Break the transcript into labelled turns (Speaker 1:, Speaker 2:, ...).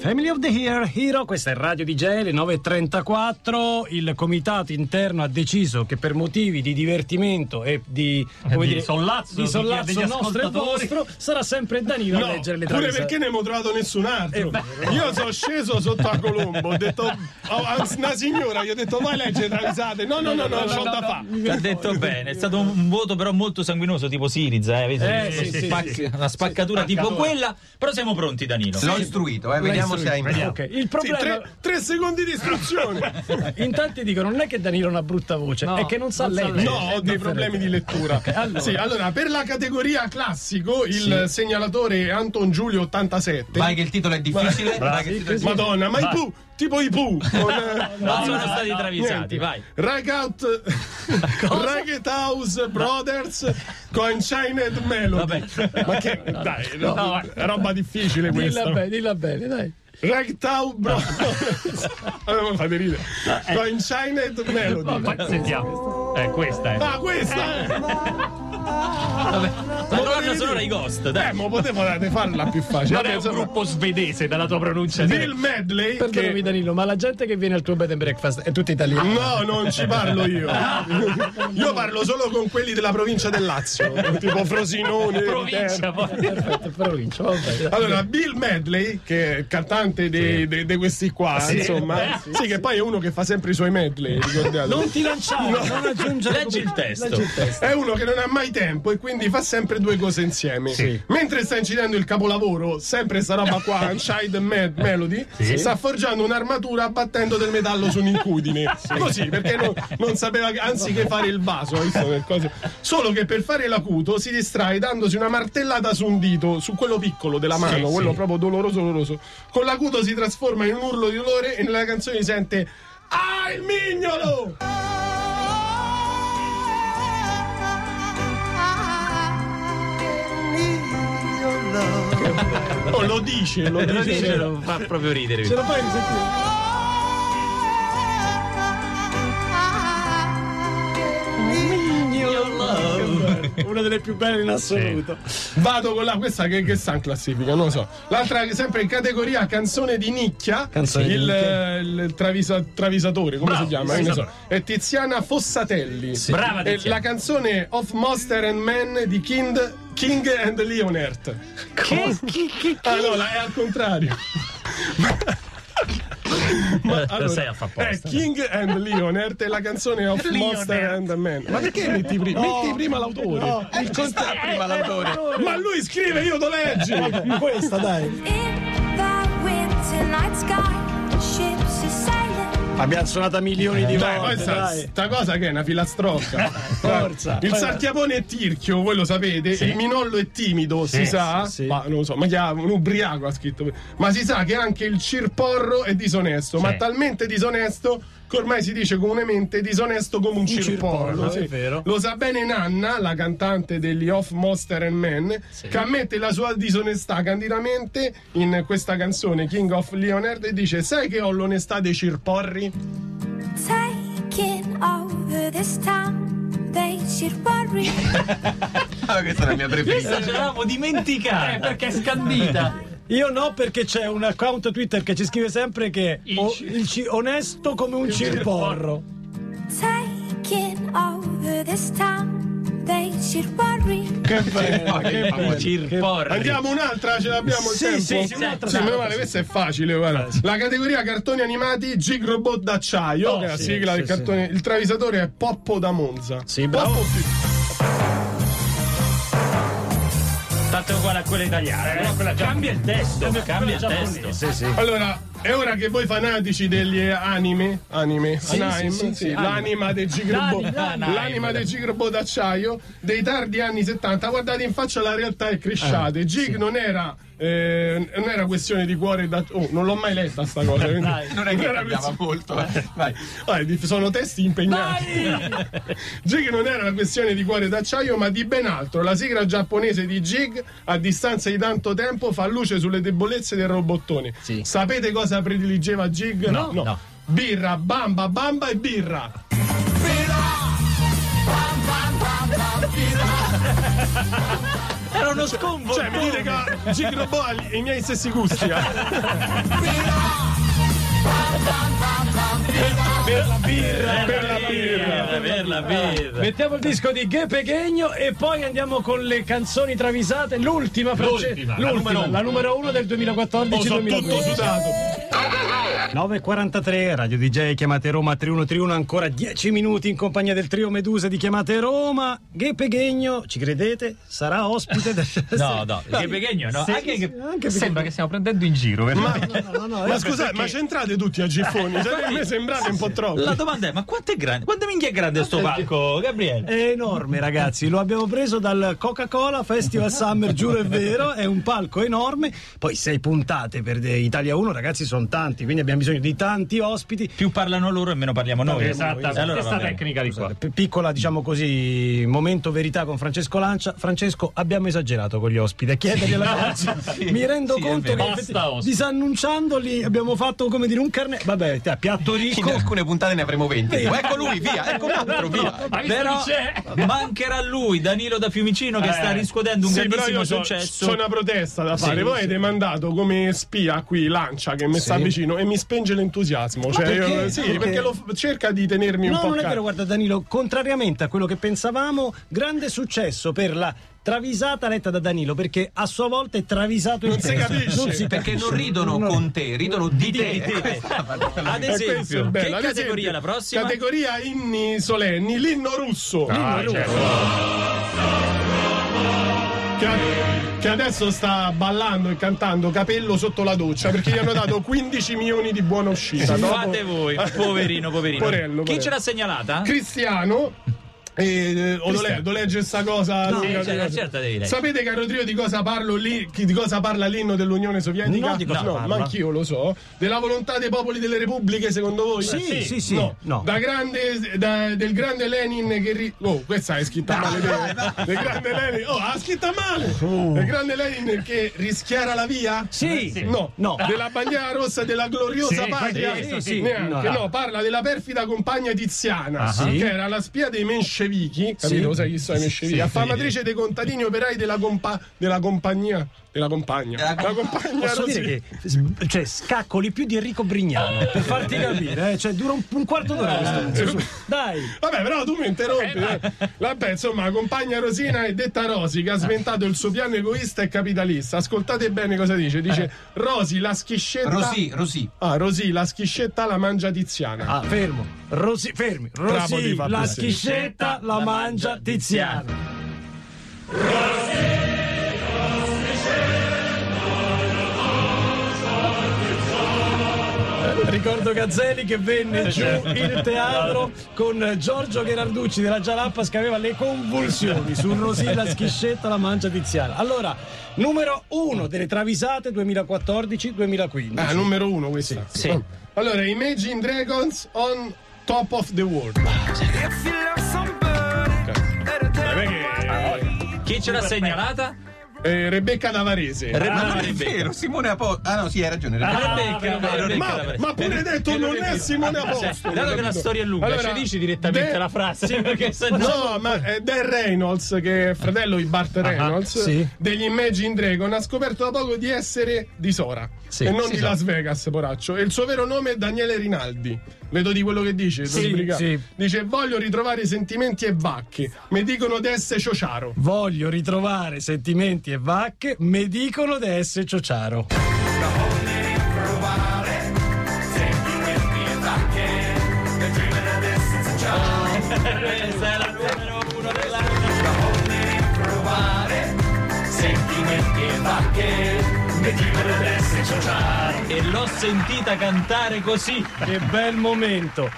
Speaker 1: Family of the Year Hero, questa è Radio DJ, le 9.34, il comitato interno ha deciso che per motivi di divertimento e di,
Speaker 2: Eh,
Speaker 1: come
Speaker 3: Di sollazzo
Speaker 1: di
Speaker 3: di chi-
Speaker 1: sollazzo
Speaker 3: degli
Speaker 1: nostro e
Speaker 3: ascoltatori.
Speaker 1: vostro, sarà sempre Danilo a
Speaker 2: No,
Speaker 1: leggere le
Speaker 2: pure
Speaker 1: traduzioni.
Speaker 2: perché ne ho trovato nessun altro. Io sono sceso sotto a Colombo, ho detto ho- a una signora, gli ho detto vai leggere travisate. No, no, no, no, c'ho da fare.
Speaker 4: Ti ha detto bene, è stato un voto però molto sanguinoso, tipo Siriza, eh, vedi?
Speaker 1: Eh, sì, sì,
Speaker 4: Spac-
Speaker 1: sì.
Speaker 4: una spaccatura tipo quella, però siamo pronti Danilo.
Speaker 5: L'ho istruito, eh, vediamo se hai imparato.
Speaker 1: Ok, il
Speaker 2: Sì,
Speaker 1: problema
Speaker 2: tre, tre secondi di istruzione.
Speaker 1: in tanti dicono non è che Danilo ha una brutta voce, è che non sa leggere.
Speaker 2: No, ho dei problemi di lettura.
Speaker 1: allora.
Speaker 2: Sì, allora, per la categoria classico, il segnalatore Anton Giulio 87.
Speaker 5: Vai che il titolo è difficile. vai che il titolo è difficile.
Speaker 2: Madonna, ma i Pooh, tipo i Pooh. con- eh,
Speaker 4: Non sono stati travisati, vai.
Speaker 2: Ragout Ragged House Brothers con Chained Melody. Ma che dai, no, è roba difficile questa.
Speaker 1: Dilla bene, dilla bene, dai.
Speaker 2: Ragged House Brothers. Allora, mi fate ridere. Con Chained Melody.
Speaker 3: Vai, Sentiamo. Eh, questa è.
Speaker 2: Ah, questa!
Speaker 4: La colonna sonora i Ghost,
Speaker 2: Eh,
Speaker 4: dai.
Speaker 2: ma potevate farla più facile.
Speaker 3: Non
Speaker 2: Vabbè,
Speaker 3: è un
Speaker 2: insomma,
Speaker 3: gruppo svedese dalla tua pronuncia.
Speaker 2: Bill Medley
Speaker 1: Perdonami
Speaker 2: che-
Speaker 1: Danilo, ma la gente che viene al tuo bed and breakfast è tutta italiana.
Speaker 2: No, non ci parlo io. Io parlo solo con quelli della provincia del Lazio, tipo Frosinone. certo.
Speaker 3: Provincia, poi.
Speaker 1: Perfetto, provincia, va bene.
Speaker 2: Allora, Bill Medley, che è il cantante di questi qua, insomma, sì, che poi è uno che fa sempre i suoi medley, ricordate?
Speaker 1: Eh, Non ti lanciare, non aggiungere
Speaker 4: Leggi il testo.
Speaker 1: Leggi il testo.
Speaker 2: È uno che non ha mai tempo e quindi fa sempre due cose insieme. Mentre sta incidendo il capolavoro, sempre sta roba qua, Unchild Mad Melody, sta forgiando un'armatura battendo del metallo su un'incudine. Così, perché non, non sapeva che- anziché fare il vaso. hai visto che cosa- Solo che per fare l'acuto si distrae dandosi una martellata su un dito, su quello piccolo della mano, quello proprio doloroso, doloroso. Con l'acuto si trasforma in un urlo di dolore e nella canzone si sente... Ah, il mignolo! Oh, lo dice, lo
Speaker 4: Lo
Speaker 2: dice.
Speaker 4: dice, lo fa proprio ridere.
Speaker 1: Ce la fai risentire? Una delle più belle in assoluto.
Speaker 2: Vado con la questa che, che sta in classifica, non lo so. L'altra che sempre in categoria canzone di nicchia.
Speaker 1: Canzone di
Speaker 2: il,
Speaker 1: nicchia.
Speaker 2: il travisa- travisatore, come
Speaker 3: Bravo,
Speaker 2: si chiama?
Speaker 3: sì,
Speaker 2: Che ne
Speaker 3: sì.
Speaker 2: so. È Tiziana Fossatelli.
Speaker 3: Brava,
Speaker 2: E
Speaker 3: Tiziana.
Speaker 2: la canzone Of Monster and Men di King, King and Leonard. Ah no, la- è al contrario. Ma,
Speaker 4: Lo sai eh, a fa
Speaker 1: eh,
Speaker 4: apposta.
Speaker 2: è King and Leonard e la canzone Of Monster and Men. Ma perché metti, pri- metti prima l'autore?
Speaker 5: Il contatto
Speaker 3: Eh,
Speaker 5: è prima l'autore.
Speaker 2: Ma lui scrive, io lo leggi!
Speaker 1: Questa, dai. Abbiamo suonato milioni di
Speaker 2: Dai, poi
Speaker 1: volte,
Speaker 2: sta,
Speaker 1: dai.
Speaker 2: sta cosa che è una filastrocca.
Speaker 1: Forza.
Speaker 2: Il sarchiapone è tirchio, voi lo sapete. Il minollo è timido, si sa.
Speaker 1: sì, sì.
Speaker 2: Ma non lo so, ma chi ha un ubriaco ha scritto. Ma si sa che anche il cirporro è disonesto, ma talmente disonesto che ormai si dice comunemente disonesto come un, cirporro.
Speaker 1: cirporro, è vero.
Speaker 2: Lo sa bene Nanna, la cantante degli Off Monster and Men, che ammette la sua disonestà candidamente in questa canzone King of Leonard e dice: Sai che ho l'onestà dei cirporri?
Speaker 6: Taking over this town, they should worry.
Speaker 5: Ah, questa è la mia preferita.
Speaker 4: Questa ce l'avevamo dimenticata.
Speaker 1: eh,
Speaker 4: perché è scandita.
Speaker 1: Io no, perché c'è un account Twitter che ci scrive sempre che o- il ci- onesto come un cirporro.
Speaker 6: Taking over this town, they should worry.
Speaker 5: Poi che fa così.
Speaker 4: Cirporri.
Speaker 2: Andiamo un'altra, ce l'abbiamo
Speaker 1: Sì,
Speaker 2: il tempo.
Speaker 1: sì, sì, un'altra.
Speaker 2: meno male, questa è facile. guarda. La categoria cartoni animati Gig Robot d'acciaio,
Speaker 1: Oh,
Speaker 2: che è la
Speaker 1: sì,
Speaker 2: sigla
Speaker 1: sì,
Speaker 2: del cartone. Il travisatore è Poppo da Monza.
Speaker 1: Sì, bravo.
Speaker 2: Poppo più-
Speaker 4: Tanto è uguale a quella
Speaker 3: Eh,
Speaker 4: italiana. però quella già- Cambia il testo, cambia il testo.
Speaker 2: Allora, è ora che voi fanatici degli eh, anime, anime, anime, sì, l'anima del Gig Robot,
Speaker 4: L'anima.
Speaker 2: l'anima del Gig Robot d'acciaio dei tardi anni 70, guardate in faccia la realtà e cresciate. Gig non era eh, non era questione di cuore da... Oh, non l'ho mai letta sta cosa. quindi-
Speaker 5: Non è che
Speaker 2: era
Speaker 5: cambiava molto. eh. Vai.
Speaker 2: Ah, di- sono testi impegnati. Jig non era una questione di cuore d'acciaio, ma di ben altro. La sigla giapponese di Jig, a distanza di tanto tempo, fa luce sulle debolezze del robottone. Sapete cosa prediligeva Jig? No, no. Birra, bamba, bamba e birra.
Speaker 4: Era uno scombo.
Speaker 2: Cioè, mi dite che Gig Robot ha i miei stessi gusti. eh.
Speaker 4: per la birra. Per la birra.
Speaker 1: Mettiamo il disco di Ghe Pechegno e poi andiamo con le canzoni travisate. L'ultima, proce-
Speaker 3: L'ultima, la
Speaker 1: l'ultima,
Speaker 3: numero uno.
Speaker 1: la numero uno del 2014
Speaker 2: Sono tutto
Speaker 1: 2015.
Speaker 2: sudato.
Speaker 1: 9.43, Radio DJ, chiamate Roma 3131, ancora 10 minuti in compagnia del trio Medusa di Chiamate Roma. Ghe Pechegno, ci credete, sarà ospite del... Ah,
Speaker 4: No, no, che pechegno, no.
Speaker 3: Sì,
Speaker 4: anche
Speaker 3: sì,
Speaker 4: che-
Speaker 3: sì, anche Sembra che stiamo prendendo in giro, veramente.
Speaker 2: Ma scusate, ma c'entrate tutti a Giffoni? Cioè, a me sembrate un po' troppo.
Speaker 4: La domanda è: ma quanto è grande? Quanto minchia è grande sto palco, Gabriele?
Speaker 1: È enorme, ragazzi. Lo abbiamo preso dal Coca-Cola Festival Summer, giuro è vero. È un palco enorme. Poi sei puntate per de- Italia 1, ragazzi, sono tanti, quindi abbiamo bisogno di tanti ospiti.
Speaker 4: Più parlano loro e meno parliamo noi.
Speaker 3: Esattamente.
Speaker 4: Allora, va
Speaker 3: Esatto, Questa
Speaker 4: bene.
Speaker 3: tecnica di qua.
Speaker 1: P- piccola, diciamo così, momento verità con Francesco Lancia. Francesco, abbiamo esagerato con gli ospiti. Chiedergliela, ragazzi. Mi rendo
Speaker 4: Sì, è
Speaker 1: conto
Speaker 4: vero.
Speaker 1: che
Speaker 3: Basta
Speaker 1: effetti-
Speaker 3: ospiti.
Speaker 1: disannunciandoli abbiamo fatto come dire un carnet. Vabbè, te, a piatto
Speaker 5: In
Speaker 1: ricco.
Speaker 5: alcune puntate ne avremo 20. Dico, ecco lui, via, ecco un altro, via.
Speaker 3: Ma visto
Speaker 4: Però
Speaker 3: chi c'è?
Speaker 4: mancherà lui, Danilo da Fiumicino, che
Speaker 3: Eh.
Speaker 4: sta riscuotendo un
Speaker 2: Sì, però
Speaker 4: grandissimo
Speaker 2: io so-
Speaker 4: successo.
Speaker 2: c'ho una protesta da fare. Voi avete mandato come spia qui Lancia che mi sta vicino e mi spinge l'entusiasmo. Cioè, io-
Speaker 1: perché?
Speaker 2: sì,
Speaker 1: Perché?
Speaker 2: perché, lo f- cerca di tenermi un
Speaker 1: No,
Speaker 2: po'
Speaker 1: non è
Speaker 2: calmo.
Speaker 1: vero, guarda Danilo, contrariamente a quello che pensavamo, grande successo per la travisata letta da Danilo, perché a sua volta è travisato il
Speaker 2: Non si
Speaker 1: testo.
Speaker 2: capisce.
Speaker 5: Perché non
Speaker 1: capisce.
Speaker 5: ridono
Speaker 1: No.
Speaker 5: con te, ridono di
Speaker 4: Di
Speaker 5: te.
Speaker 4: te. Ad
Speaker 2: Eh, questo è
Speaker 4: esempio,
Speaker 2: bello.
Speaker 4: che
Speaker 2: Ad
Speaker 4: categoria
Speaker 2: esempio,
Speaker 4: è la prossima?
Speaker 2: Categoria inni solenni, l'inno russo.
Speaker 3: Ah, certo.
Speaker 2: Che, che adesso sta ballando e cantando capello sotto la doccia perché gli hanno dato 15 milioni di buona uscita. dopo-
Speaker 4: Fate voi, poverino, poverino.
Speaker 2: Porello,
Speaker 4: Chi
Speaker 2: porello.
Speaker 4: ce l'ha segnalata?
Speaker 2: Cristiano. eh, o lo, le- lo legge sta cosa
Speaker 4: No,
Speaker 2: Luca?
Speaker 4: sì, certo, certo, devi leggere.
Speaker 2: sapete caro trio di cosa parlo lì chi- di cosa parla l'inno dell'Unione Sovietica
Speaker 1: No, di cosa parla.
Speaker 2: ma anch'io lo so della volontà dei popoli delle repubbliche secondo voi
Speaker 1: Sì, sì, sì.
Speaker 2: No,
Speaker 1: No.
Speaker 2: Da grande, da- del grande Lenin che ri- Oh, questa è scritta male. vero? Del grande Lenin. Oh, ha scritta male! Del grande Lenin che rischiara la via?
Speaker 1: Oh. Sì.
Speaker 3: Sì.
Speaker 2: No,
Speaker 1: No.
Speaker 2: della bandiera rossa della gloriosa
Speaker 3: Sì,
Speaker 2: patria.
Speaker 1: questo sì.
Speaker 2: Neanche,
Speaker 1: No. Ah,
Speaker 2: no. parla della perfida compagna Tiziana,
Speaker 1: sì.
Speaker 2: che era la spia dei menscevichi. Capito? Lo Sai chi sono i menscevichi? affamatrice dei contadini operai della, compa- della compagnia. Della compagna.
Speaker 5: Della
Speaker 2: La compagnia
Speaker 1: Posso
Speaker 2: rossi-
Speaker 1: dire che s- cioè, scaccoli più di Enrico Brignano per farti capire, eh? cioè dura un, un quarto d'ora
Speaker 2: Eh,
Speaker 1: questo pezzo, su. Dai,
Speaker 2: Vabbè, però tu mi interrompi. eh. Vabbè, insomma, la compagna Rosina è detta Rosi
Speaker 1: Eh.
Speaker 2: che ha sventato il suo piano egoista e capitalista. Ascoltate bene cosa dice.
Speaker 1: Eh.
Speaker 2: Dice Rosi la schiscetta.
Speaker 5: Rosì, Rosì.
Speaker 2: Ah, Rosì, la schiscetta la mangia tiziana.
Speaker 1: ah, fermo, Rosi, fermi,
Speaker 2: Bravo,
Speaker 1: Rosì,
Speaker 2: ti fa
Speaker 1: la
Speaker 2: piacere.
Speaker 1: schiscetta la mangia Tiziano. Eh, Ricordo Gazzelli che venne giù in teatro con Giorgio Gherarducci della Gialappas che aveva le convulsioni su Rosì la schiscetta la mangia tiziana. Allora, numero uno delle travisate 2014-2015.
Speaker 2: Ah, numero uno questa. Oh.
Speaker 4: Sì.
Speaker 2: Allora, Imagine Dragons on Top of the World.
Speaker 3: Eh,
Speaker 4: Chi ce l'ha segnalata?
Speaker 2: Eh, Rebecca Davarese.
Speaker 5: Ma Ah, non è vero, Simone Apo. Ah no, sì, hai ragione.
Speaker 4: Rebecca,
Speaker 3: però-
Speaker 4: Rebecca,
Speaker 2: ma,
Speaker 4: Rebecca.
Speaker 2: ma pure detto non è Simone
Speaker 4: Cioè,
Speaker 2: Apostolo.
Speaker 4: dato che la
Speaker 2: capito?
Speaker 4: storia è lunga,
Speaker 2: Allora,
Speaker 4: ci dici direttamente
Speaker 2: de-
Speaker 4: la frase perché se no.
Speaker 2: No, ma è Dan Reynolds, che è fratello di Bart
Speaker 4: Ah,
Speaker 2: Reynolds,
Speaker 1: sì.
Speaker 2: degli Imagine Dragon, ha scoperto da poco di essere di Sora e non di
Speaker 4: esatto.
Speaker 2: Las Vegas, poraccio. E il suo vero nome è Daniele Rinaldi. Vedo di quello che dice. devo sbrigare.
Speaker 1: sì.
Speaker 2: Dice: Voglio ritrovare sentimenti e vacche. Mi dicono d'esse ciociaro.
Speaker 1: Voglio ritrovare sentimenti e vacche, me dicono di essere ciociaro.
Speaker 4: Questa è la numero uno della e l'ho sentita cantare così
Speaker 1: Che bel momento!